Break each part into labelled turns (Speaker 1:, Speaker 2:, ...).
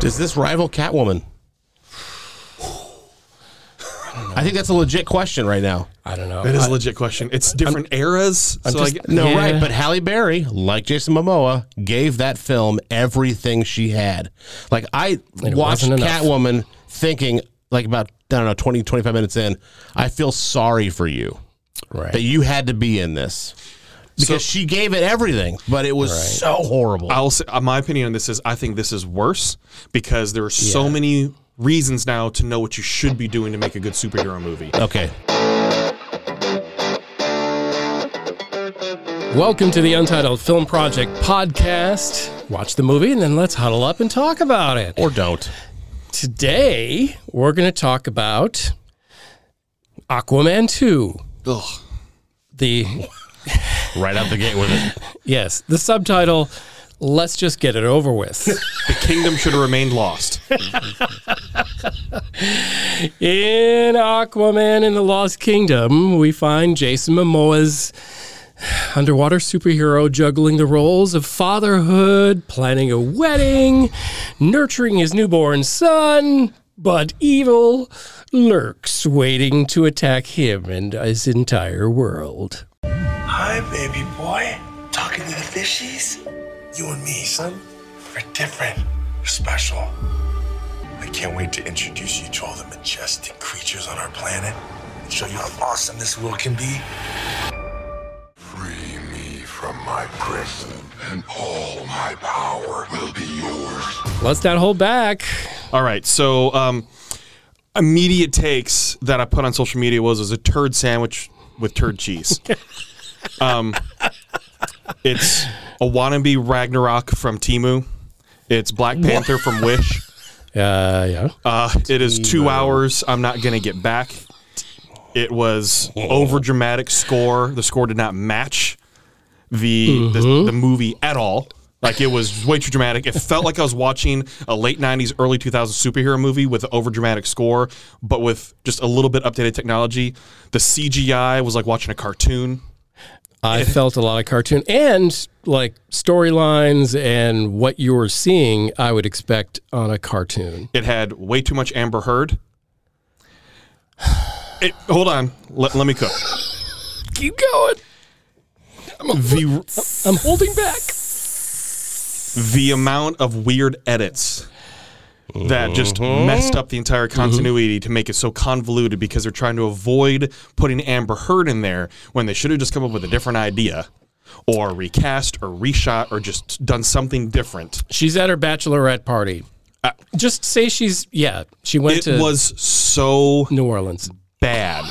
Speaker 1: Does this rival Catwoman? I think that's a legit question right now.
Speaker 2: I don't know.
Speaker 3: That is a legit question. It's different eras. so
Speaker 2: just-
Speaker 3: like,
Speaker 1: No,
Speaker 2: Yeah.
Speaker 1: right. But Halle Berry, like Jason Momoa, gave that film everything she had. Like, I watched
Speaker 2: wasn't enough.
Speaker 1: Catwoman thinking, like, about, I don't know, 20, 25 minutes in, I feel sorry for you
Speaker 2: right.
Speaker 1: that you had to be in this because
Speaker 3: So-
Speaker 1: she gave it everything, but it was so horrible.
Speaker 3: I'll say, uh, my opinion on this is I think this is worse because there are so many reasons now to know what you should be doing to make a good superhero movie.
Speaker 1: okay.
Speaker 2: Welcome to the Untitled Film Project podcast. Watch the movie and then let's huddle up and talk about it.
Speaker 1: Or don't.
Speaker 2: Today, we're going to talk about Aquaman 2.
Speaker 3: Ugh.
Speaker 2: The
Speaker 1: Right out the gate with it.
Speaker 2: yes, the subtitle Let's just get it over with.
Speaker 3: The kingdom should have remained lost.
Speaker 2: In Aquaman and the Lost Kingdom, we find Jason Momoa's underwater superhero juggling the roles of fatherhood, planning a wedding, nurturing his newborn son, but evil lurks waiting to attack him and his entire world.
Speaker 4: Hi, baby boy. Talking to the fishies? You and me, son, are different. We're special. I can't wait to introduce you to all the majestic creatures on our planet and show you how awesome this world can be.
Speaker 5: Free me from my prison, and all my power will be yours.
Speaker 2: Let's not hold back.
Speaker 3: All right. So, um, immediate takes that I put on social media was was a turd sandwich with turd cheese. um, it's a wannabe Ragnarok from Timu. It's Black Panther from Wish.
Speaker 2: Uh, yeah.
Speaker 3: Uh, it is two hours. I'm not gonna get back. It was over dramatic score. The score did not match the, the the movie at all. Like it was way too dramatic. It felt like I was watching a late '90s, early 2000s superhero movie with an over dramatic score, but with just a little bit updated technology. The CGI was like watching a cartoon.
Speaker 2: I felt a lot of cartoon and like storylines and what you were seeing, I would expect on a cartoon.
Speaker 3: It had way too much Amber Heard. It, hold on, let, let me cook.
Speaker 2: Keep going.
Speaker 3: The
Speaker 2: I'm holding back.
Speaker 3: the amount of weird edits that just messed up the entire continuity to make it so convoluted because they're trying to avoid putting Amber Heard in there when they should have just come up with a different idea or recast or reshot or just done something different.
Speaker 2: She's at her bachelorette party. Uh, Just say she's yeah. She went
Speaker 3: It
Speaker 2: to
Speaker 3: was so
Speaker 2: New Orleans.
Speaker 3: bad.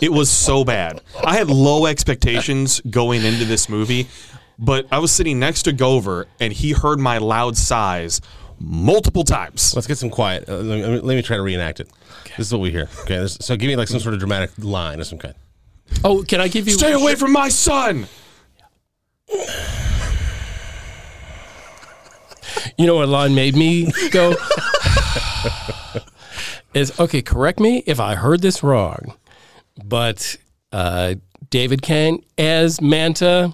Speaker 3: it was so bad. I had low expectations going into this movie, but I was sitting next to Gover and he heard my loud sighs multiple times.
Speaker 1: Let's get some quiet. Uh, let, me, let me try to reenact it. This is what we hear. Okay. This, so give me like some sort of dramatic line of some kind.
Speaker 2: Oh, can I give you?
Speaker 3: Stay away from my son.
Speaker 2: You know what line made me go? Is okay. Correct me if I heard this wrong, but uh, David Kane as Manta,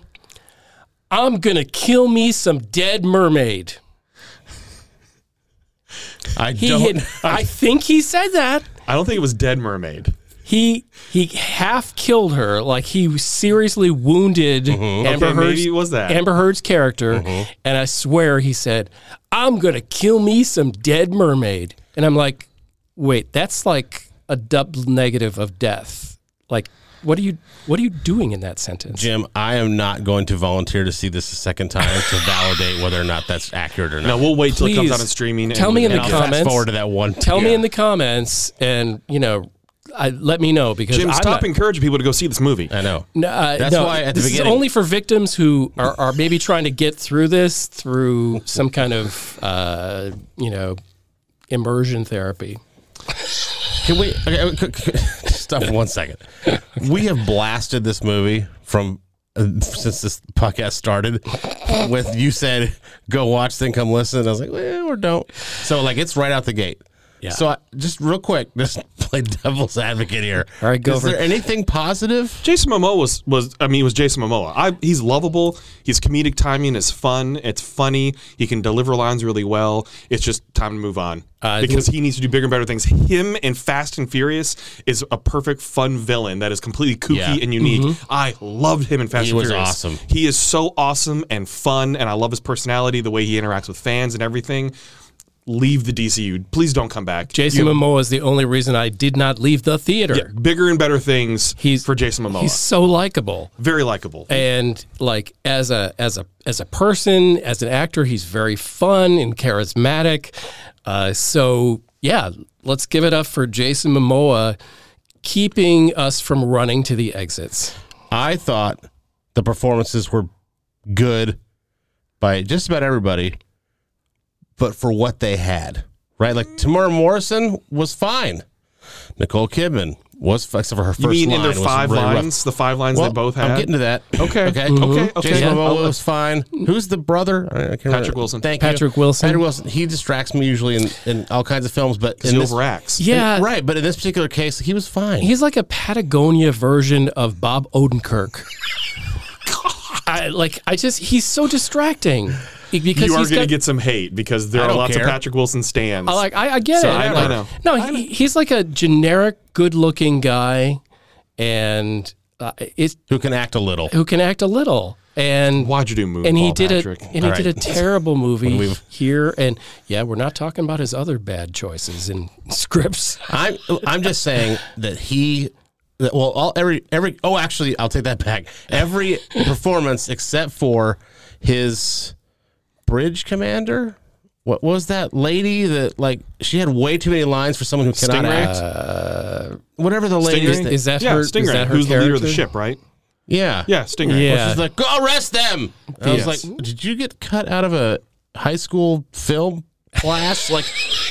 Speaker 2: I'm gonna kill me some dead mermaid.
Speaker 1: I
Speaker 2: He
Speaker 1: don't.
Speaker 2: had, I think he said that.
Speaker 3: I don't think it was Dead Mermaid.
Speaker 2: He he half killed her, like he seriously wounded Amber
Speaker 3: Mm-hmm. Okay,
Speaker 2: Heard's-
Speaker 3: maybe it was Mm-hmm. that.
Speaker 2: Amber Heard's character, and I swear he said, "I'm gonna kill me some dead mermaid," and I'm like, "Wait, that's like a double negative of death. Like, what are you what are you doing in that sentence?"
Speaker 1: Jim, I am not going to volunteer to see this a second time to validate whether or not that's accurate or not.
Speaker 3: Now we'll wait till it comes
Speaker 2: Please,
Speaker 3: out on streaming.
Speaker 2: tell me in
Speaker 1: and
Speaker 2: the
Speaker 1: I'll fast
Speaker 2: comments.
Speaker 1: forward to that one.
Speaker 2: Tell me
Speaker 1: Yeah.
Speaker 2: in the comments, and you know, I, let me know because
Speaker 3: Jim,
Speaker 2: I'm
Speaker 3: stop
Speaker 2: not-
Speaker 3: encouraging people to go see this movie.
Speaker 1: I know.
Speaker 2: No, uh,
Speaker 1: That's
Speaker 2: no,
Speaker 1: why at the
Speaker 2: this
Speaker 1: beginning-
Speaker 2: is only for victims who are, are maybe trying to get through this through some kind of uh, you know immersion therapy.
Speaker 1: Can we okay, uh, c- c- stop for one second? We have blasted this movie from uh, since this podcast started. With you said, "Go watch, then come listen." I was like, "Well, or don't." So like, it's right out the gate.
Speaker 2: Yeah.
Speaker 1: So I, just real quick, just play devil's advocate here.
Speaker 2: All right, go
Speaker 1: Is
Speaker 2: for
Speaker 1: there
Speaker 2: it.
Speaker 1: anything positive?
Speaker 3: Jason Momoa was was I mean it was Jason Momoa. I, he's lovable. His comedic timing is fun. It's funny. He can deliver lines really well. It's just time to move on
Speaker 1: Uh,
Speaker 2: I
Speaker 3: because he needs to do bigger and better things. Him in Fast and Furious is a perfect fun villain that is completely kooky
Speaker 1: Yeah. Mm-hmm.
Speaker 3: and unique. I loved him in Fast
Speaker 1: He
Speaker 3: and
Speaker 1: was
Speaker 3: Furious.
Speaker 1: awesome.
Speaker 3: He is so awesome and fun, and I love his personality, the way he interacts with fans and everything. Leave the DCU. Please don't come back.
Speaker 2: Jason Momoa is the only reason I did not leave the theater.
Speaker 3: bigger and better things
Speaker 2: He's-
Speaker 3: for Jason Momoa.
Speaker 2: He's so likable.
Speaker 3: Very likable.
Speaker 2: and like as a as a as a person as an actor he's very fun and charismatic uh, so yeah let's give it up for jason momoa keeping us from running to the exits
Speaker 1: I thought the performances were good by just about everybody, but for what they had, right? Like Tamara Morrison was fine. Nicole Kidman was fi- except for her first
Speaker 3: You mean
Speaker 1: line
Speaker 3: in their
Speaker 1: was
Speaker 3: five
Speaker 1: really rough.
Speaker 3: lines, the five lines
Speaker 1: Well,
Speaker 3: they both had?
Speaker 1: I'm getting to that.
Speaker 3: Okay.
Speaker 1: Okay.
Speaker 3: Mhm.
Speaker 1: Okay.
Speaker 3: Okay.
Speaker 1: Jason
Speaker 3: Yeah.
Speaker 1: Momoa was fine. Who's the brother? I- I can't remember.
Speaker 3: Patrick Wilson.
Speaker 1: Thank
Speaker 2: Patrick
Speaker 1: you.
Speaker 2: Wilson.
Speaker 1: Patrick Wilson. He distracts me usually in, in all kinds of films, but in
Speaker 3: he
Speaker 1: this,
Speaker 3: overacts.
Speaker 2: yeah
Speaker 1: right. But in this particular case, he was fine.
Speaker 2: he's like a patagonia version of bob odenkirk I, like i just he's so distracting because
Speaker 3: You are
Speaker 2: he's
Speaker 3: going to
Speaker 2: got-
Speaker 3: get some hate because there
Speaker 1: I
Speaker 3: are
Speaker 1: don't
Speaker 3: lots
Speaker 1: care.
Speaker 3: of Patrick Wilson stands.
Speaker 2: I like I, I get
Speaker 3: So
Speaker 2: it.
Speaker 3: I
Speaker 2: I'm
Speaker 3: don't
Speaker 2: like,
Speaker 3: know.
Speaker 2: No, he, he's like a generic good-looking guy, and uh, it
Speaker 1: who can act a little.
Speaker 2: who can act a little. And
Speaker 3: Why'd you do Moonfall,
Speaker 2: and he did
Speaker 3: Patrick?
Speaker 2: a and he
Speaker 1: All
Speaker 2: did a
Speaker 1: right.
Speaker 2: terrible movie
Speaker 1: we've-
Speaker 2: here. And yeah, we're not talking about his other bad choices in scripts.
Speaker 1: I'm I'm just saying that he that, well all every every oh actually I'll take that back. Every performance except for his bridge commander. What was that lady that like she had way too many lines for someone who cannot
Speaker 3: Stingray?
Speaker 1: act? Whatever the lady is.
Speaker 3: Stingray?
Speaker 1: that-
Speaker 2: Is that
Speaker 3: yeah,
Speaker 2: her?
Speaker 3: Stingray,
Speaker 2: is that her
Speaker 3: who's the leader of
Speaker 2: character?
Speaker 3: the ship, right?
Speaker 1: yeah.
Speaker 3: Yeah, Stingray.
Speaker 2: Yeah.
Speaker 1: She's like, go arrest them. And I was
Speaker 2: Uh, Yes.
Speaker 1: like, did you get cut out of a high school film class? like,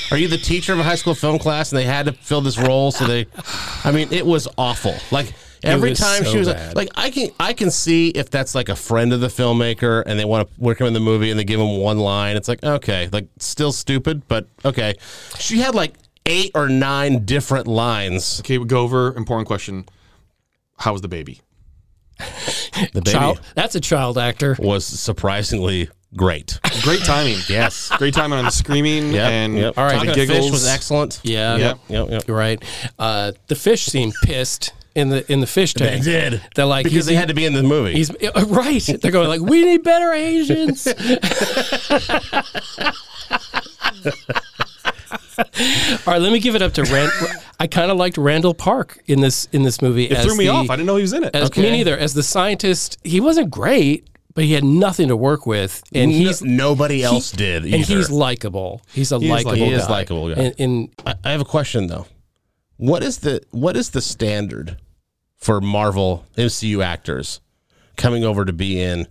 Speaker 1: are you the teacher of a high school film class? And they had to fill this role, so they. I mean, it was awful. Like every
Speaker 2: was
Speaker 1: time
Speaker 2: so
Speaker 1: she was
Speaker 2: bad.
Speaker 1: like, like, I can I can see if that's like a friend of the filmmaker and they want to work him in the movie and they give him one line. It's like okay, like still stupid, but okay. She had like eight or nine different lines.
Speaker 3: Okay, go over important question. How was the baby?
Speaker 1: The baby
Speaker 2: Child, that's a child actor.
Speaker 1: was surprisingly great.
Speaker 3: Great timing.
Speaker 1: Yes.
Speaker 3: Great timing on the screaming
Speaker 1: Yep,
Speaker 3: and
Speaker 1: yep.
Speaker 3: all right,
Speaker 1: Talking
Speaker 3: the
Speaker 1: to Fish
Speaker 3: giggles.
Speaker 1: was excellent.
Speaker 2: Yeah.
Speaker 3: Yep.
Speaker 1: Yep, yep.
Speaker 2: You're right. Uh, the fish seemed pissed in the in the fish tank. They're like
Speaker 1: because
Speaker 2: he's-
Speaker 1: they had to be in the movie.
Speaker 2: He's uh, right. They're going like, we need better Asians. All right, let me give it up to Rand. I kind of liked Randall Park in this in this movie.
Speaker 3: It threw me off. I didn't know he was in it.
Speaker 2: As, Me neither. As the scientist, he wasn't great, but he had nothing to work with, and
Speaker 1: No-
Speaker 2: he's
Speaker 1: nobody else
Speaker 2: he-
Speaker 1: did.
Speaker 2: and
Speaker 1: either.
Speaker 2: he's likable. He's a
Speaker 3: is
Speaker 2: likable.
Speaker 3: likable. He
Speaker 1: is
Speaker 2: guy.
Speaker 1: likable, yeah.
Speaker 2: And, and
Speaker 1: I, I have a question though. What is the what is the standard for Marvel MCU actors coming over to be in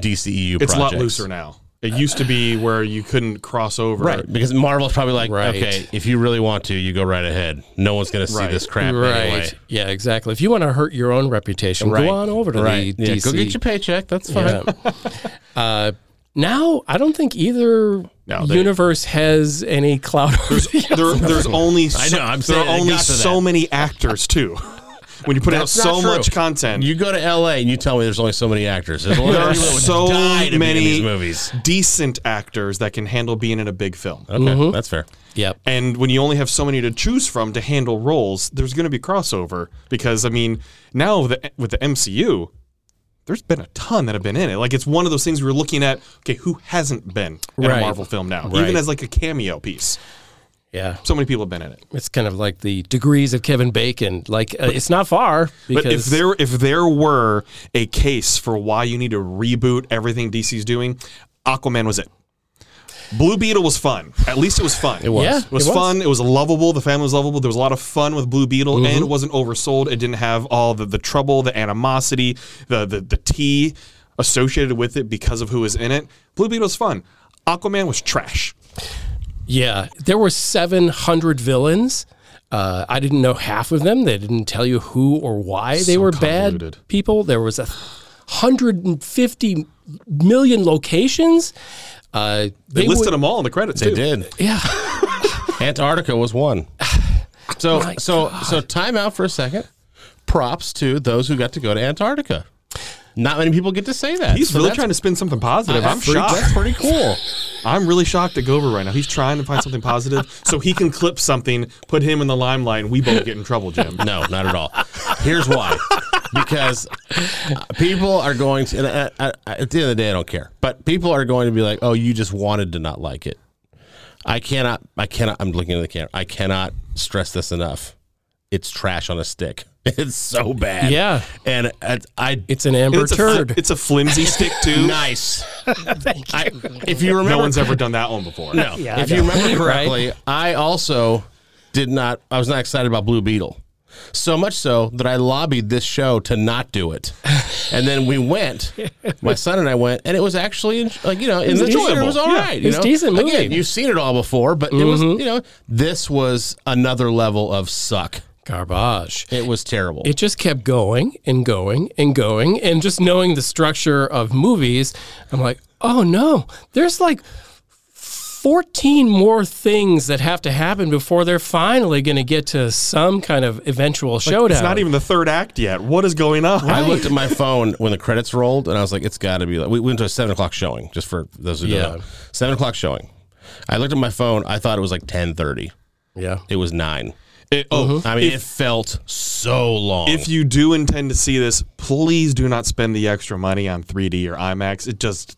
Speaker 1: DCEU?
Speaker 3: it's a lot
Speaker 1: projects?
Speaker 3: looser now. It used to be where you couldn't cross over.
Speaker 1: Right, because Marvel's probably like,
Speaker 2: Right.
Speaker 1: okay, if you really want to, you go right ahead. No one's going to see
Speaker 3: Right.
Speaker 1: this crap
Speaker 2: right,
Speaker 1: anyway.
Speaker 2: yeah, exactly. If you want to hurt your own reputation,
Speaker 1: Right.
Speaker 2: go on over to
Speaker 1: Right,
Speaker 2: the
Speaker 1: yeah,
Speaker 2: DC.
Speaker 1: go get your paycheck. That's fine.
Speaker 2: Yeah. uh, now, I don't think either
Speaker 3: No, they-
Speaker 2: universe has any cloud. over the
Speaker 3: There,
Speaker 2: other.
Speaker 3: there's only so,
Speaker 1: know, I'm
Speaker 3: there
Speaker 1: saying
Speaker 3: are
Speaker 1: it
Speaker 3: only
Speaker 1: got to that.
Speaker 3: so many actors too. when you put out
Speaker 1: That's not
Speaker 3: so
Speaker 1: true.
Speaker 3: much content,
Speaker 1: You go to LA and you tell me there's only so many actors. There's only
Speaker 3: there are
Speaker 1: people that would
Speaker 3: so
Speaker 1: die to be in
Speaker 3: many
Speaker 1: these movies.
Speaker 3: decent actors that can handle being in a big film.
Speaker 1: Okay, that's fair.
Speaker 2: yep.
Speaker 3: And when you only have so many to choose from to handle roles, there's going to be crossover because I mean, now with the, with the MCU, there's been a ton that have been in it. Like it's one of those things we're looking at. Okay, who hasn't been in
Speaker 2: Right.
Speaker 3: a Marvel film now,
Speaker 2: Right.
Speaker 3: even as like a cameo piece?
Speaker 2: Yeah.
Speaker 3: So many people have been in it.
Speaker 2: It's kind of like the degrees of Kevin Bacon. Like, uh, it's not far. Because
Speaker 3: But if there if there were a case for why you need to reboot everything DC's doing, Aquaman was it. Blue Beetle was fun. At least it was fun. It
Speaker 2: was. Yeah,
Speaker 3: it was,
Speaker 2: it was.
Speaker 3: fun. It was lovable. The family was lovable. There was a lot of fun with Blue Beetle, and it wasn't oversold. It didn't have all the, the trouble, the animosity, the, the the tea associated with it because of who was in it. Blue Beetle's fun. Aquaman was trash.
Speaker 2: Yeah, there were 700 villains. Uh, I didn't know half of them. They didn't tell you who or why they were
Speaker 3: convoluted.
Speaker 2: bad people. There was a 150 million locations. Uh,
Speaker 3: They, listed
Speaker 2: would-
Speaker 3: them all in the credits. They
Speaker 1: It did.
Speaker 2: Yeah.
Speaker 1: Antarctica was one. So so so time out for a second. Props to those who got to go to Antarctica. Not many people get to say that.
Speaker 3: He's
Speaker 1: So
Speaker 3: really
Speaker 1: that's-
Speaker 3: trying to spin something positive. I'm
Speaker 1: that's pretty-
Speaker 3: shocked.
Speaker 1: That's pretty cool.
Speaker 3: I'm really shocked at Gover right now. He's trying to find something positive so he can clip something, put him in the limelight, and we both get in trouble, Jim.
Speaker 1: No, not at all. Here's why. Because uh, people are going to, and I, I, I- at the end of the day, I don't care. But people are going to be like, "Oh, you just wanted to not like it." I cannot. I cannot. I'm looking at the camera. I cannot stress this enough. It's trash on a stick. It's so bad.
Speaker 2: Yeah.
Speaker 1: And I, I
Speaker 2: It's an amber
Speaker 3: It's a, fl-
Speaker 2: turd.
Speaker 3: it's a flimsy stick, too.
Speaker 1: nice. I, if you remember,
Speaker 3: No one's ever done that one before.
Speaker 1: No. if you remember correctly, I also did not. I was not excited about Blue Beetle, so much so that I lobbied this show to not do it. And then we went. My son and I went, and it was actually like you know, in the
Speaker 2: decent.
Speaker 1: theater, it was all right. You
Speaker 2: Yeah. It's
Speaker 1: know?
Speaker 2: decent movie. Mm-hmm.
Speaker 1: Again, you've seen it all before, but it was you know, this was another level of suck.
Speaker 2: Garbage.
Speaker 1: It was terrible.
Speaker 2: it just kept going and going and going and just knowing the structure of movies i'm like oh no there's like 14 more things that have to happen before they're finally going to get to some kind of eventual showdown
Speaker 3: It's not even the third act yet. What is going on?
Speaker 1: I looked at my phone when the credits rolled, and I was like, "It's got to be." Like, we went to a seven o'clock showing, just for those who
Speaker 2: Yeah.
Speaker 1: don't know. Seven o'clock showing. I looked at my phone. I thought it was like ten thirty.
Speaker 2: yeah
Speaker 1: It was nine.
Speaker 3: oh,
Speaker 1: I mean, it felt so long.
Speaker 3: if you do intend to see this, please do not spend the extra money on 3D or IMAX. It just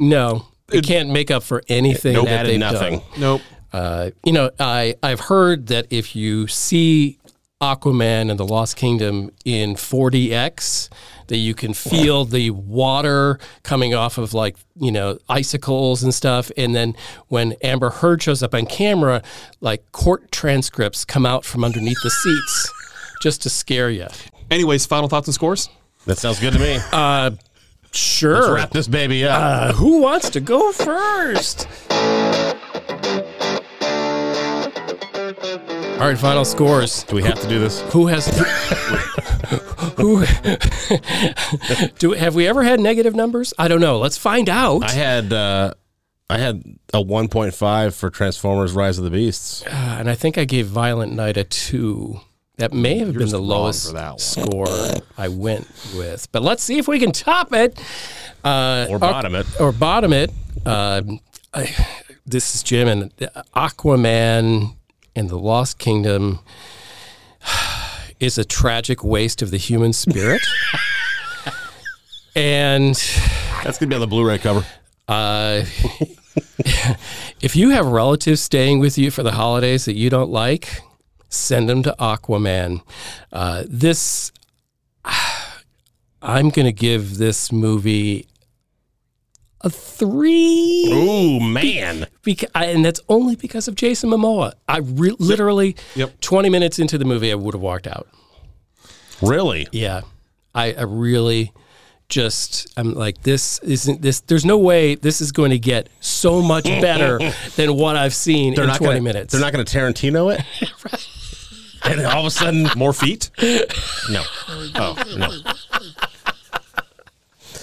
Speaker 2: no it can't make up for anything
Speaker 1: Nope.
Speaker 2: that
Speaker 1: Added
Speaker 2: they've
Speaker 1: nothing.
Speaker 2: done.
Speaker 3: nope.
Speaker 2: Uh, you know, I I've heard that if you see Aquaman and the Lost Kingdom in 4DX, that you can feel the water coming off of like you know icicles and stuff. And then when Amber Heard shows up on camera, like court transcripts come out from underneath the seats. Just to scare you.
Speaker 3: Anyways, final thoughts and scores.
Speaker 1: that sounds good to me.
Speaker 2: Sure.
Speaker 1: Wrap this baby up.
Speaker 2: Uh, who wants to go first? All right, final scores.
Speaker 1: do we have to do this?
Speaker 2: who has who do have we ever had negative numbers i don't know let's find out
Speaker 1: I had uh, I had a one point five for Transformers: Rise of the Beasts.
Speaker 2: Uh, and i think i gave violent night a two that may have been the lowest
Speaker 3: for that one.
Speaker 2: score i went with but let's see if we can top it uh,
Speaker 1: Or bottom it.
Speaker 2: or bottom it Um I, this is jim and aquaman and the lost kingdom is a tragic waste of the human spirit and
Speaker 1: That's gonna be on the Blu-ray cover.
Speaker 2: Uh, if you have relatives staying with you for the holidays that you don't like, send them to Aquaman. Uh, this, I'm going to give this movie a three,
Speaker 1: Ooh man,
Speaker 2: beca- I- and that's only because of Jason Momoa. I re- literally,
Speaker 3: Yep.
Speaker 2: 20 minutes into the movie, I would have walked out.
Speaker 1: really?
Speaker 2: Yeah. I, I really just I'm like this isn't this there's no way this is going to get so much better than what I've seen in 20
Speaker 1: gonna,
Speaker 2: minutes.
Speaker 1: They're not gonna Tarantino it. And all of a sudden,
Speaker 3: More feet.
Speaker 1: no. Oh no.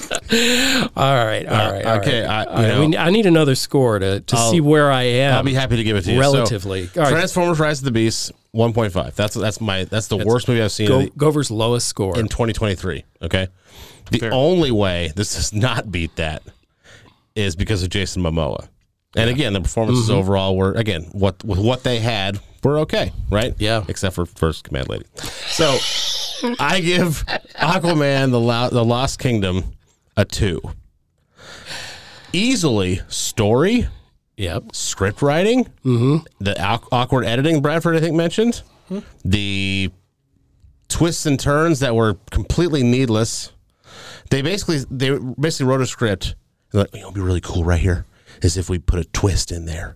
Speaker 2: all right, all right. all right.
Speaker 1: okay, I- you
Speaker 2: All right,
Speaker 1: know-
Speaker 2: we- I need another score to, to see where I am.
Speaker 1: I'll be happy to give it to you.
Speaker 2: Relatively.
Speaker 1: So,
Speaker 2: All right.
Speaker 1: Transformers: Rise of the Beasts, one point five. That's that's my that's the worst movie I've seen
Speaker 2: Go,
Speaker 1: in,
Speaker 2: Gover's lowest score.
Speaker 1: the- in 2023. Okay, the only way this does not beat that is because of Jason Momoa. And again, the performances
Speaker 2: Mm-hmm.
Speaker 1: overall were again what with what they had were okay, right?
Speaker 2: Yeah.
Speaker 1: except for First Command Lady. So I give Aquaman the Lo- the Lost Kingdom a two. Easily story
Speaker 2: yep. Mm-hmm.
Speaker 1: script writing, the au- awkward editing Bradford I think mentioned, the twists and turns that were completely needless. They basically they basically wrote a script. They're like, you know, it'd be really cool right here is if we put a twist in there.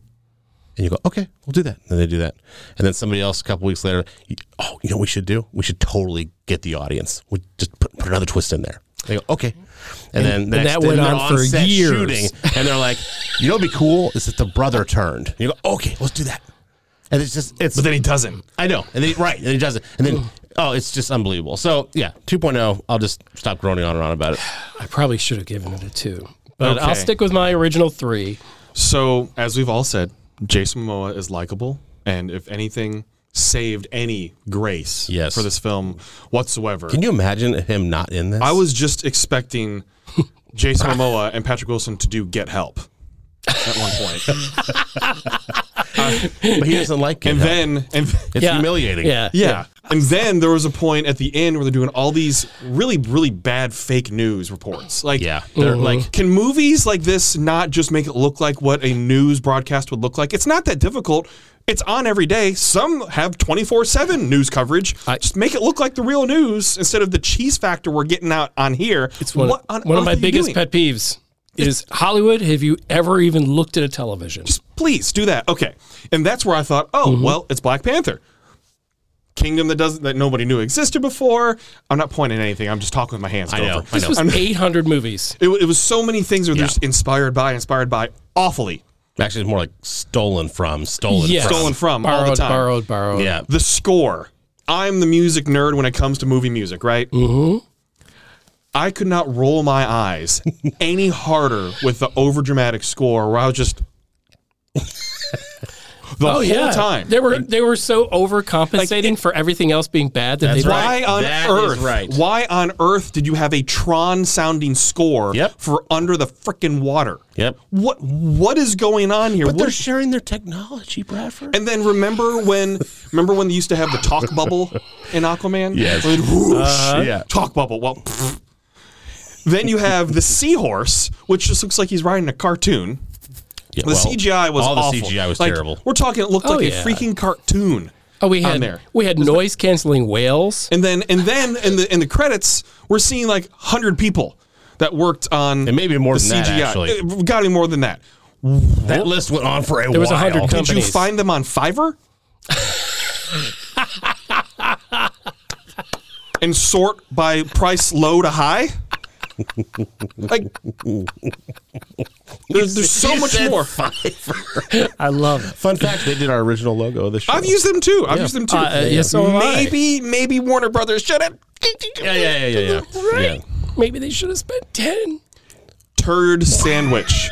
Speaker 1: And you go, okay, we'll do that. And they do that. And then somebody else a couple weeks later, you- oh, you know what we should do? We should totally get the audience. We just put, put another twist in there. They go, okay. And, then the
Speaker 2: and
Speaker 1: next
Speaker 2: that
Speaker 1: day
Speaker 2: went
Speaker 1: they're
Speaker 2: on for
Speaker 1: set
Speaker 2: years.
Speaker 1: and they're like, you know what'd be cool is that the brother turned. And you go, okay, let's do that. And it's just, it's,
Speaker 3: But then he doesn't.
Speaker 1: I know. And then, right. And he does it. And then, oh, it's just unbelievable. So, yeah, 2.0. I'll just stop groaning on and on about it.
Speaker 2: I probably should have given it a 2. But I'll
Speaker 3: Okay.
Speaker 2: stick with my original 3.
Speaker 3: So, as we've all said, Jason Momoa is likable. And if anything saved any grace
Speaker 1: Yes.
Speaker 3: for this film whatsoever,
Speaker 1: Can you imagine him not in this?
Speaker 3: I was just expecting Jason Momoa and Patrick Wilson to do Get Help at one point,
Speaker 1: but he doesn't like it.
Speaker 3: and then and
Speaker 1: it's
Speaker 2: Yeah.
Speaker 1: humiliating.
Speaker 2: Yeah.
Speaker 3: yeah. And then there was a point at the end where they're doing all these really, really bad fake news reports. Like,
Speaker 1: Yeah.
Speaker 3: they're like, can movies like this not just make it look like what a news broadcast would look like? It's not that difficult. It's on every day. Some have 24 7 news coverage. just make it look like the real news instead of the cheese factor we're getting out on here.
Speaker 2: It's one,
Speaker 3: What on
Speaker 2: one of
Speaker 3: earth
Speaker 2: my
Speaker 3: are you
Speaker 2: biggest
Speaker 3: doing?
Speaker 2: pet peeves is Hollywood. Have you ever even looked at a television?
Speaker 3: Just please do that. Okay. And that's where I thought, oh,
Speaker 1: Mm-hmm.
Speaker 3: well, it's Black Panther. Kingdom that doesn't that nobody knew existed before. I'm not pointing at anything. I'm just talking with my hands.
Speaker 1: I
Speaker 3: Go
Speaker 1: know,
Speaker 3: over.
Speaker 1: I know.
Speaker 2: This was 800 movies.
Speaker 3: It, wa- it was so many things where
Speaker 1: Yeah.
Speaker 3: they're just inspired by, inspired by, awfully
Speaker 1: Actually, it's more like stolen from, stolen
Speaker 2: Yes.
Speaker 1: from.
Speaker 3: stolen from
Speaker 2: borrowed,
Speaker 3: all the time.
Speaker 2: borrowed, borrowed.
Speaker 1: Yeah.
Speaker 3: The score. I'm the music nerd when it comes to movie music, right? Mm-hmm. I could not roll my eyes any harder with the overdramatic score where I was just the
Speaker 2: Oh
Speaker 3: whole
Speaker 2: yeah,
Speaker 3: time.
Speaker 2: they were they were so overcompensating for everything else being bad that they
Speaker 1: That's right.
Speaker 3: Why on
Speaker 1: That is
Speaker 3: earth?
Speaker 1: right.
Speaker 3: Why on earth did you have a Tron sounding score
Speaker 1: Yep.
Speaker 3: for Under the Frickin' Water?
Speaker 1: Yep.
Speaker 3: What what is going on here?
Speaker 1: But
Speaker 3: What-
Speaker 1: they're sharing their technology, Bradford.
Speaker 3: and then remember when remember when they used to have the talk bubble in Aquaman?
Speaker 1: Yes. Uh-huh.
Speaker 3: When, whoosh,
Speaker 1: yeah.
Speaker 3: Talk bubble. Well, pfft. then you have the seahorse, which just looks like he's riding a cartoon.
Speaker 1: Yeah,
Speaker 3: The
Speaker 1: well,
Speaker 3: CGI was
Speaker 1: all
Speaker 3: awful.
Speaker 1: the CGI was
Speaker 3: Like,
Speaker 1: terrible.
Speaker 3: We're talking it looked
Speaker 2: Oh,
Speaker 3: like
Speaker 2: yeah.
Speaker 3: a freaking cartoon.
Speaker 2: Oh, we
Speaker 3: on
Speaker 2: had
Speaker 3: there.
Speaker 2: we had noise canceling whales.
Speaker 3: And then and then in the in the credits, we're seeing like hundred people that worked on
Speaker 1: It may be more
Speaker 3: the
Speaker 1: than that,
Speaker 3: CGI.
Speaker 1: actually.
Speaker 3: It got any more than that.
Speaker 1: That list went on for a while.
Speaker 2: was a hundred com-
Speaker 3: Did you
Speaker 2: Companies.
Speaker 3: find them on Fiverr? and sort by price low to high? Like there's, there's so
Speaker 1: You
Speaker 3: much
Speaker 1: said
Speaker 3: more.
Speaker 2: I love it.
Speaker 1: Fun fact: They did our original logo of the show.
Speaker 3: I've used them too. I've used them too.
Speaker 2: Uh, uh, yeah, so have I.
Speaker 3: maybe maybe Warner Brothers should have
Speaker 1: Yeah, yeah, yeah, yeah, yeah.
Speaker 2: Right?
Speaker 1: Yeah.
Speaker 2: Maybe they should have spent ten.
Speaker 3: turd sandwich.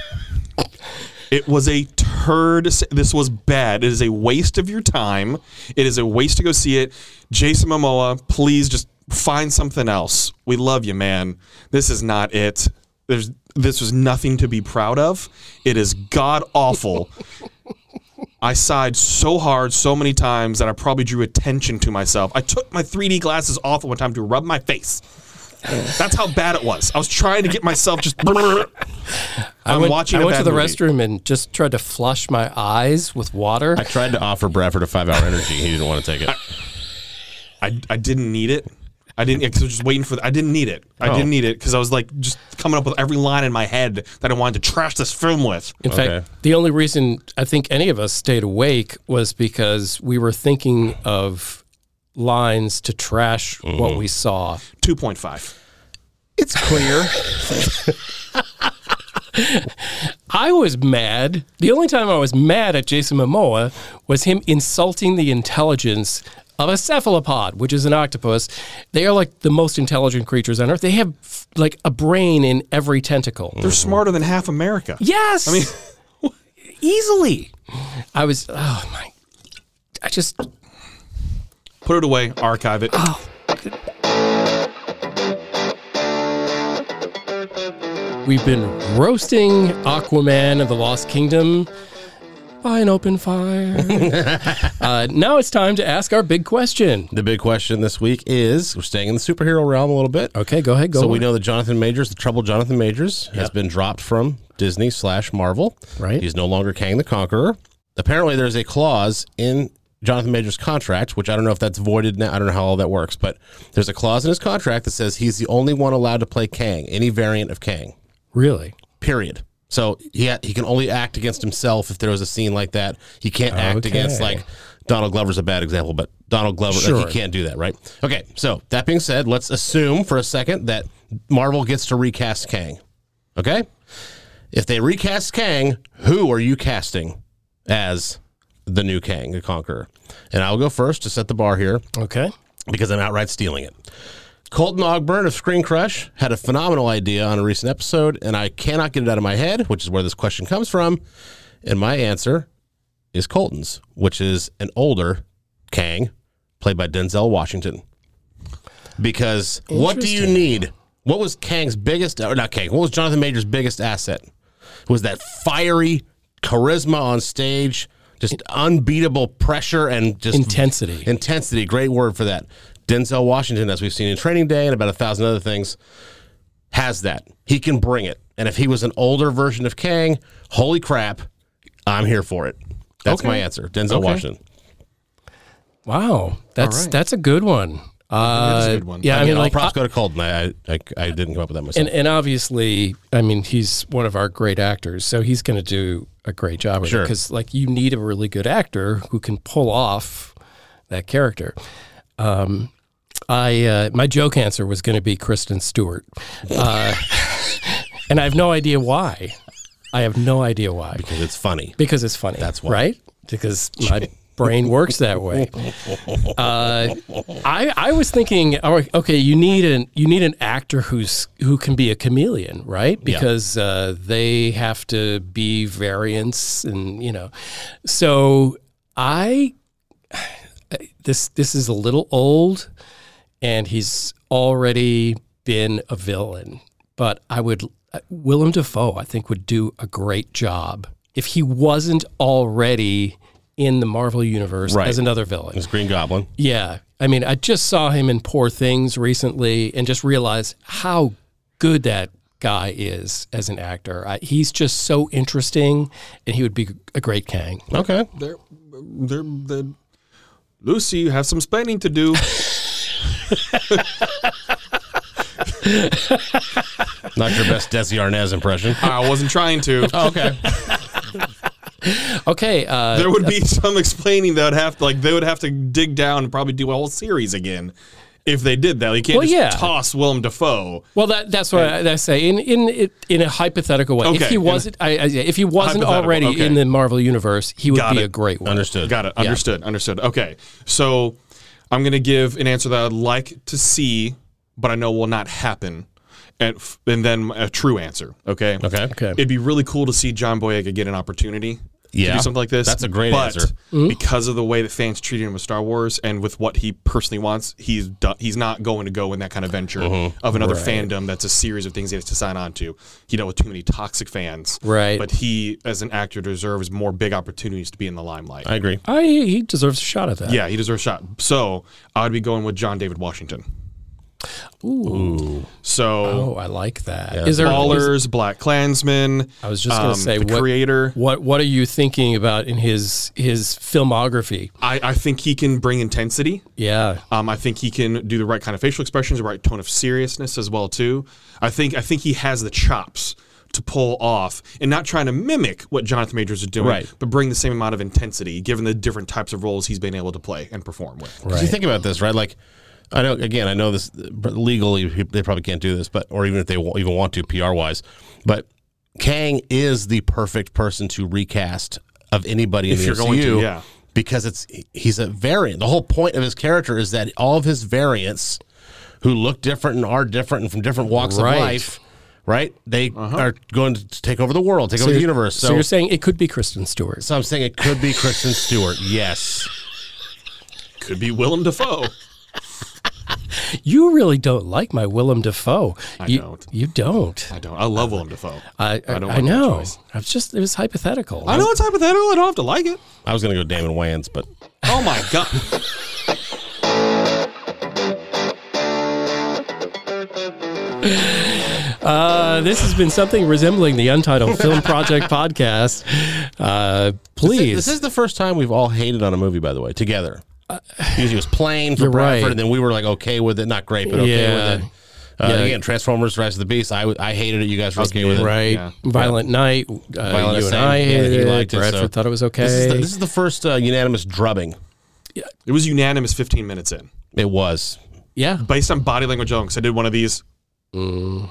Speaker 3: It was a turd. sa- This was bad. It is a waste of your time. It is a waste to go see it. Jason Momoa, please just find something else. We love you, man. This is not it. There's this was nothing to be proud of. It is god awful. I sighed so hard so many times that I probably drew attention to myself. I took my 3D glasses off at one time to rub my face. That's how bad it was. I was trying to get myself just. I'm
Speaker 2: went,
Speaker 3: watching.
Speaker 2: I
Speaker 3: a
Speaker 2: went to
Speaker 3: bad
Speaker 2: the
Speaker 3: movie.
Speaker 2: restroom and just tried to flush my eyes with water.
Speaker 1: I tried to offer Bradford a five-hour energy. He didn't want to take it.
Speaker 3: I, I didn't need it. I didn't because I was just waiting for. The, I didn't need it. I
Speaker 1: Oh.
Speaker 3: didn't need it because I was like just coming up with every line in my head that I wanted to trash this film with.
Speaker 2: In
Speaker 1: Okay.
Speaker 2: fact, the only reason I think any of us stayed awake was because we were thinking of lines to trash what
Speaker 3: Mm.
Speaker 2: we saw.
Speaker 3: Two point five.
Speaker 1: It's clear.
Speaker 2: I was mad. The only time I was mad at Jason Momoa was him insulting the intelligence of a cephalopod, which is an octopus. They are like the most intelligent creatures on earth. They have f- like a brain in every tentacle.
Speaker 3: They're smarter than half America.
Speaker 2: Yes.
Speaker 3: I mean,
Speaker 2: easily. I was oh my I just
Speaker 3: put it away, archive it.
Speaker 2: Uh, we've been roasting Aquaman of the Lost Kingdom by an open fire. uh, now it's time to ask our big question.
Speaker 1: the big question this week is: We're staying in the superhero realm a little bit.
Speaker 2: Okay, go ahead, go.
Speaker 1: So we
Speaker 2: on.
Speaker 1: know that Jonathan Majors, the troubled Jonathan Majors, has been dropped from Disney slash Marvel.
Speaker 2: Right.
Speaker 1: He's no longer Kang the Conqueror. Apparently, there's a clause in Jonathan Majors' contract, which I don't know if that's voided now. I don't know how all that works, but there's a clause in his contract that says he's the only one allowed to play Kang, any variant of Kang.
Speaker 2: really.
Speaker 1: Period. So he ha- he can only act against himself if there was a scene like that. He can't act
Speaker 2: Okay.
Speaker 1: against like Donald Glover's a bad example, but Donald Glover like,
Speaker 2: Sure.
Speaker 1: he can't do that, right? Okay. So that being said, let's assume for a second that Marvel gets to recast Kang. Okay, if they recast Kang, who are you casting as the new Kang, the Conqueror? And I'll go first to set the bar here
Speaker 2: Okay.
Speaker 1: because I'm outright stealing it. Colton Ogburn of Screen Crush had a phenomenal idea on a recent episode, and I cannot get it out of my head, which is where this question comes from. And my answer is Colton's, which is an older Kang played by Denzel Washington. Because what do you
Speaker 2: Interesting.
Speaker 1: need? What was Kang's biggest, or not Kang, what was Jonathan Major's biggest asset? Was that fiery charisma on stage, just unbeatable pressure and just
Speaker 2: Intensity.
Speaker 1: Intensity, great word for that. Denzel Washington, as we've seen in Training Day and about a thousand other things, has that. He can bring it. And if he was an older version of Kang, holy crap, I'm here for it. That's my
Speaker 2: Okay.
Speaker 1: answer. Denzel Washington.
Speaker 2: Wow, that's
Speaker 3: right.
Speaker 2: that's a good one. Uh,
Speaker 3: is a good one.
Speaker 2: Yeah, I,
Speaker 1: I mean,
Speaker 2: mean,
Speaker 1: all
Speaker 2: like,
Speaker 1: props go to Colton. I, I, I, I didn't come up with that myself.
Speaker 2: and and obviously, I mean, he's one of our great actors, so he's going to do a great job.
Speaker 1: Sure.
Speaker 2: because like you need a really good actor who can pull off that character. Um, I uh, my joke answer was going to be Kristen Stewart, uh, and I have no idea why. I have no idea why.
Speaker 1: because it's funny.
Speaker 2: Because it's funny. That's
Speaker 1: why.
Speaker 2: Right? Because my brain works that way. Uh, I I was thinking, all right, okay, you need an you need an actor who's who can be a chameleon, right? Because uh, they have to be variants, and you know, so I this this is a little old, and he's already been a villain. But I would uh, Willem Dafoe, I think, would do a great job if he wasn't already in the Marvel universe
Speaker 1: Right.
Speaker 2: as another villain.
Speaker 1: It's Green Goblin.
Speaker 2: Yeah, I mean, I just saw him in Poor Things recently, and just realized how good that guy is as an actor. I, he's just so interesting, and he would be a great Kang.
Speaker 1: Okay.
Speaker 3: They're, they're, they're, Lucy, you have some explaining to do.
Speaker 1: Not your best Desi Arnaz impression.
Speaker 3: I wasn't trying to.
Speaker 2: Oh,
Speaker 1: okay.
Speaker 2: Okay, uh,
Speaker 3: There would be some explaining that would have to, like, they would have to dig down and probably do a whole series again if they did that. You can't
Speaker 2: Well,
Speaker 3: just
Speaker 2: yeah.
Speaker 3: toss Willem Dafoe.
Speaker 2: Well, that, that's what I, I say in in it- in a hypothetical way.
Speaker 3: Okay,
Speaker 2: If he
Speaker 3: in a-
Speaker 2: wasn't, I, I, yeah, if he wasn't
Speaker 3: Hypothetical,
Speaker 2: already
Speaker 3: okay.
Speaker 2: in the Marvel universe, he would
Speaker 3: Got
Speaker 2: be
Speaker 3: it.
Speaker 2: a great one.
Speaker 1: Understood.
Speaker 3: Got it. Understood. Understood. Okay. So I'm going to give an answer that I'd like to see, but I know will not happen. And, f- and then a true answer. Okay.
Speaker 1: Okay.
Speaker 2: Okay.
Speaker 3: It'd be really cool to see John Boyega get an opportunity to
Speaker 1: Yeah.
Speaker 3: do something like this.
Speaker 1: That's a great
Speaker 3: but
Speaker 1: answer.
Speaker 3: Because of the way that fans treated him with Star Wars and with what he personally wants, he's done, he's not going to go in that kind of venture
Speaker 1: Mm-hmm.
Speaker 3: of another fandom that's a series of things he has to sign on to. He dealt with too many toxic fans.
Speaker 2: Right.
Speaker 3: But he, as an actor, deserves more big opportunities to be in the limelight.
Speaker 1: I agree.
Speaker 2: I he deserves a shot at that.
Speaker 3: Yeah, he deserves a shot. So I'd be going with John David Washington.
Speaker 2: Ooh.
Speaker 3: So
Speaker 2: Oh, I like that. Is there? is-
Speaker 3: Ballers, Black Klansman.
Speaker 2: Oh. I was just going
Speaker 3: um,
Speaker 2: to say
Speaker 3: the
Speaker 2: what
Speaker 3: creator.
Speaker 2: What What are you thinking about in his his filmography?
Speaker 3: I, I think he can bring intensity.
Speaker 2: Yeah.
Speaker 3: Um, I think he can do the right kind of facial expressions, the right tone of seriousness as well too. I think I think he has the chops to pull off, and not trying to mimic what Jonathan Majors is doing,
Speaker 1: Right.
Speaker 3: but bring the same amount of intensity given the different types of roles he's been able to play and perform with.
Speaker 1: Because you think about this, right? Like, I know again, I know this but legally they probably can't do this, but or even if they wa- even want to PR wise, but Kang is the perfect person to recast of anybody in
Speaker 3: If
Speaker 1: the
Speaker 3: you're
Speaker 1: MCU,
Speaker 3: going to, yeah.
Speaker 1: because it's he's a variant. The whole point of his character is that all of his variants, who look different and are different and from different walks
Speaker 2: Right.
Speaker 1: of life. Right, they are going to take over the world, take over the
Speaker 2: you're-
Speaker 1: universe.
Speaker 2: So, you're saying it could be Kristen Stewart?
Speaker 1: so I'm saying it could be Kristen Stewart. Yes,
Speaker 3: Could be Willem Dafoe.
Speaker 2: You really don't like my Willem Dafoe. I you,
Speaker 3: don't.
Speaker 2: You don't.
Speaker 3: I don't. I love Willem Dafoe.
Speaker 2: I I, I,
Speaker 3: don't like that
Speaker 2: know.
Speaker 3: choice.
Speaker 2: I was just it was hypothetical.
Speaker 3: I know it's hypothetical. I don't have to like it.
Speaker 1: I was going to go Damon Wayans, but
Speaker 3: Oh my god.
Speaker 2: Uh, this has been something resembling the Untitled Film Project podcast. Uh,
Speaker 1: This
Speaker 2: please.
Speaker 1: is- This is the first time we've all hated on a movie, by the way, together. Usually it was plain for
Speaker 2: You're
Speaker 1: Bradford,
Speaker 2: right.
Speaker 1: and then we were like okay with it, not great, but okay
Speaker 2: Yeah.
Speaker 1: with it. Uh,
Speaker 2: Yeah.
Speaker 1: Again, Transformers: Rise of the Beast. I, w- I hated it. You guys were okay with it.
Speaker 2: right.
Speaker 3: Yeah.
Speaker 2: Violent Night. Uh, you and
Speaker 1: Ascent,
Speaker 2: I
Speaker 1: yeah,
Speaker 2: hated
Speaker 1: he
Speaker 2: it.
Speaker 1: liked it,
Speaker 2: Bradford
Speaker 1: so-
Speaker 2: thought it was okay.
Speaker 1: This is the, this is the first uh, unanimous drubbing.
Speaker 3: It was unanimous 15 minutes in
Speaker 1: It was.
Speaker 2: yeah.
Speaker 3: based on body language alone because I did one of these. I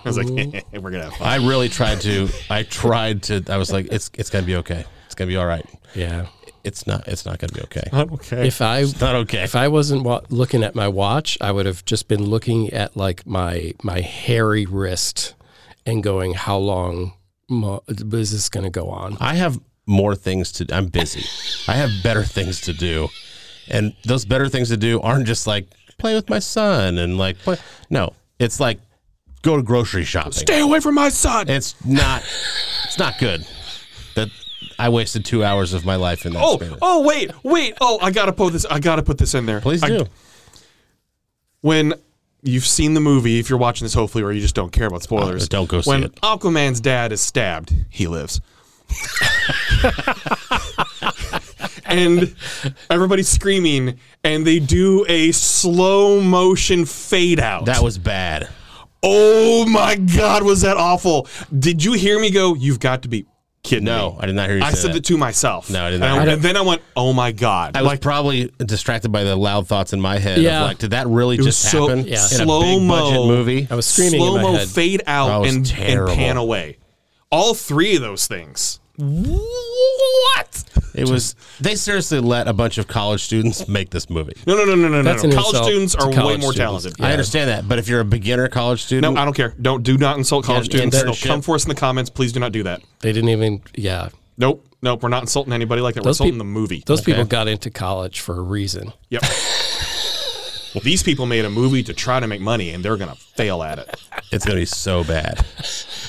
Speaker 3: was like,
Speaker 2: Mm-hmm.
Speaker 3: we're going to have fun.
Speaker 1: I really tried to. I tried to. I was like, it's it's gonna be okay. It's gonna be all right.
Speaker 2: Yeah.
Speaker 1: It's not. It's not gonna be okay.
Speaker 3: okay.
Speaker 2: If I
Speaker 1: It's not okay.
Speaker 2: if I wasn't wa- looking at my watch, I would have just been looking at like my my hairy wrist and going, how long mo- is this going to go on?
Speaker 1: I have more things to I'm busy. I have better things to do. And those better things to do aren't just like play with my son and like play. No, it's like go to grocery shopping.
Speaker 3: Stay away from my son.
Speaker 1: It's not it's not good. That I wasted 2 hours of my life in that
Speaker 3: Oh,
Speaker 1: span.
Speaker 3: oh, wait, wait. Oh, I gotta put this. I gotta put this in there.
Speaker 1: Please
Speaker 3: I-
Speaker 1: do.
Speaker 3: when you've seen the movie, if you're watching this, hopefully, or you just don't care about spoilers,
Speaker 1: Uh, don't go see
Speaker 3: when
Speaker 1: it.
Speaker 3: Aquaman's dad is stabbed, he lives. and everybody's screaming, and they do a slow motion fade out.
Speaker 1: that was bad.
Speaker 3: oh my god, was that awful? Did you hear me go? You've got to be kidding
Speaker 1: No,
Speaker 3: me.
Speaker 1: I did not hear you
Speaker 3: I
Speaker 1: say
Speaker 3: said
Speaker 1: that.
Speaker 3: it to myself.
Speaker 1: No, I did
Speaker 3: And
Speaker 1: not.
Speaker 3: I-
Speaker 1: I
Speaker 3: And,
Speaker 1: don't-
Speaker 3: then I went, "Oh my god!"
Speaker 1: I was probably distracted by the loud thoughts in my head.
Speaker 2: Yeah.
Speaker 1: Of like, did that really
Speaker 3: was
Speaker 1: just
Speaker 3: so-
Speaker 1: happen
Speaker 2: yeah.
Speaker 1: in a big
Speaker 3: Slow-mo.
Speaker 1: budget movie?
Speaker 2: I was screaming in my
Speaker 3: slow-mo
Speaker 2: head.
Speaker 3: fade
Speaker 1: That
Speaker 3: out
Speaker 1: was
Speaker 3: and, and
Speaker 1: terrible.
Speaker 3: pan away. All three of those things. What?
Speaker 1: It was. They seriously let a bunch of college students make this movie.
Speaker 3: No, no, no, no, no,
Speaker 2: That's
Speaker 3: no.
Speaker 2: an
Speaker 3: College
Speaker 2: insult
Speaker 3: students
Speaker 2: to
Speaker 3: are way
Speaker 2: college
Speaker 3: more
Speaker 2: students.
Speaker 3: talented.
Speaker 1: I understand that, but if you're a beginner college student,
Speaker 3: No, I don't care. Don't do not insult college
Speaker 1: Get an
Speaker 3: students. They'll
Speaker 1: internship.
Speaker 3: come for us in the comments. Please do not do that.
Speaker 2: They didn't even. Yeah,
Speaker 3: Nope, nope. We're not insulting anybody like that. We're
Speaker 2: Those
Speaker 3: insulting
Speaker 2: peop-
Speaker 3: the movie.
Speaker 2: those people got into college for a reason.
Speaker 3: Yep. These people made a movie to try to make money, and they're gonna fail at it.
Speaker 1: it's gonna be so bad.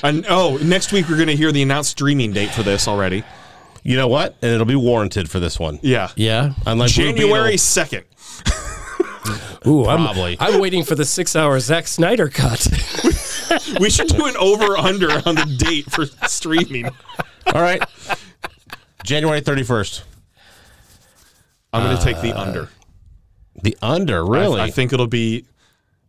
Speaker 3: And oh, next week we're gonna hear the announced streaming date for this already.
Speaker 1: You know what? And it'll be warranted for this one.
Speaker 3: Yeah,
Speaker 2: Yeah.
Speaker 1: Unlike Blue
Speaker 3: January
Speaker 1: Beetle.
Speaker 3: second.
Speaker 2: Ooh,
Speaker 1: Probably.
Speaker 2: I'm, I'm waiting for the six-hour Zack Snyder cut.
Speaker 3: We should do an over under on the date for streaming.
Speaker 1: All right. January 31st.
Speaker 3: I'm going to take the under.
Speaker 1: The under, Uh, really?
Speaker 3: I, I think it'll be,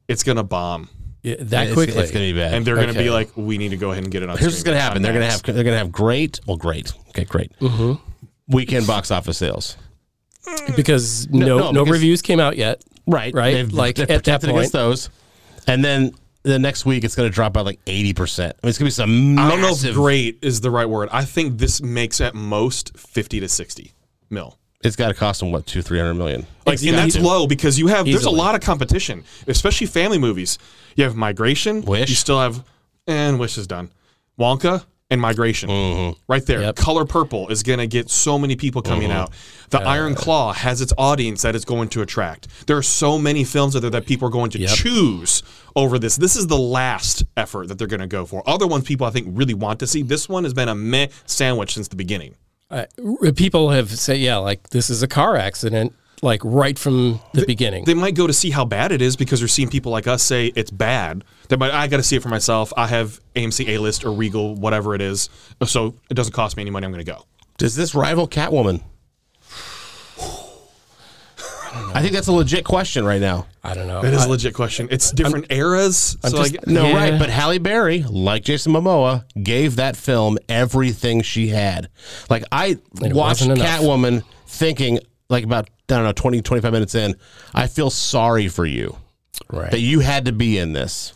Speaker 3: it's going to bomb.
Speaker 2: Yeah, that
Speaker 1: it's,
Speaker 2: quickly.
Speaker 1: it's gonna be bad.
Speaker 3: And they're going to
Speaker 2: Okay.
Speaker 3: be like, we need to go ahead and get it on
Speaker 1: Here's what's
Speaker 3: streaming
Speaker 1: gonna happen.
Speaker 3: on
Speaker 1: They're gonna
Speaker 3: Max.
Speaker 1: have. They're gonna have great. Well, great. Okay, great. Mm-hmm. Weekend box office sales.
Speaker 2: because no no,
Speaker 1: no, because-
Speaker 2: reviews came out yet.
Speaker 1: Right.
Speaker 2: Right?
Speaker 1: They've,
Speaker 2: Like,
Speaker 1: they're
Speaker 2: at that
Speaker 1: protected
Speaker 2: point-
Speaker 1: against those. And then the next week it's going to drop by like 80%. I mean, it's going to be some
Speaker 3: I don't know if
Speaker 1: massive.
Speaker 3: great is the right word. I think this makes at most 50 to 60 mil.
Speaker 1: It's got to cost them, what, two, 300 million?
Speaker 3: Like, and that's low because you have, there's a
Speaker 2: Easily.
Speaker 3: lot of competition, especially family movies. You have Migration.
Speaker 1: Wish.
Speaker 3: You still have, and Wish is done. Wonka and Migration. Right there.
Speaker 2: Yep.
Speaker 3: Color Purple is going to get so many people coming out. The Iron Claw has its audience that it's going to attract. There are so many films out there that people are going to choose over this. This is the last effort that they're going to go for. Other ones people I think really want to see. This one has been a meh sandwich since the beginning.
Speaker 2: Uh, r- people have said, yeah, like this is a car accident, like right from the beginning.
Speaker 3: they might go to see how bad it is because they're seeing people like us say it's bad. They might, I got to see it for myself. I have AMC A list or Regal, whatever it is. So it doesn't cost me any money. I'm going to go.
Speaker 1: Does this rival Catwoman? I, think that's a legit question right now.
Speaker 2: I don't know.
Speaker 3: That is a legit question. It's different eras. so
Speaker 2: just-
Speaker 3: like,
Speaker 1: No,
Speaker 2: Yeah.
Speaker 1: right. But Halle Berry, like Jason Momoa, gave that film everything she had. Like, I
Speaker 2: it
Speaker 1: watched
Speaker 2: wasn't enough.
Speaker 1: Catwoman thinking, like, about, I don't know, 20, 25 minutes in, I feel sorry for you.
Speaker 2: right.
Speaker 1: that you had to be in this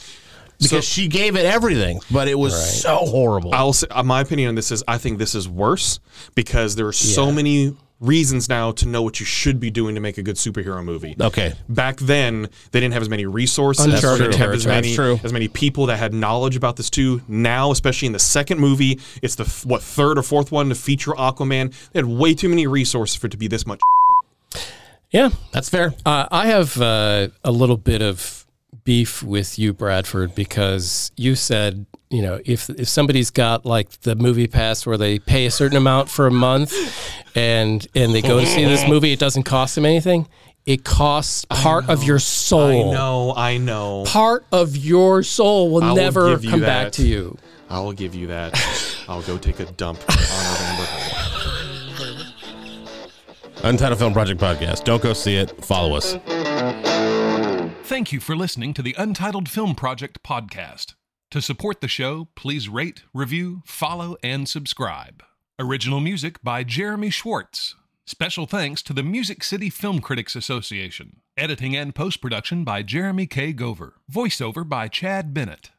Speaker 1: because she gave it everything, but it was so horrible.
Speaker 3: I'll say, uh, my opinion on this is I think this is worse because there are so many reasons now to know what you should be doing to make a good superhero movie.
Speaker 1: okay,
Speaker 3: back then they didn't have as many resources.
Speaker 2: That's
Speaker 3: they didn't
Speaker 2: true.
Speaker 3: have as
Speaker 2: That's
Speaker 3: many,
Speaker 1: true.
Speaker 3: as many people that had knowledge about this too. Now, especially in the second movie, it's the f- what third or fourth one to feature Aquaman. They had way too many resources for it to be this much.
Speaker 2: yeah.
Speaker 1: that's fair.
Speaker 2: Uh, I have uh, a little bit of beef with you, Bradford, because you said, you know, if if somebody's got like the movie pass where they pay a certain amount for a month, and and they go to see this movie, it doesn't cost them anything. It costs part of your soul.
Speaker 3: I know, I know.
Speaker 2: Part of your soul will
Speaker 3: I will
Speaker 2: never
Speaker 3: give you
Speaker 2: come back
Speaker 3: that.
Speaker 2: to you.
Speaker 3: I'll give you that. I'll go take a dump on November.
Speaker 1: Untitled Film Project podcast. Don't go see it. Follow us.
Speaker 6: Thank you for listening to the Untitled Film Project podcast. To support the show, please rate, review, follow, and subscribe. Original music by Jeremy Schwartz. Special thanks to the Music City Film Critics Association. Editing and post production by Jeremy K. Gover. Voiceover by Chad Bennett.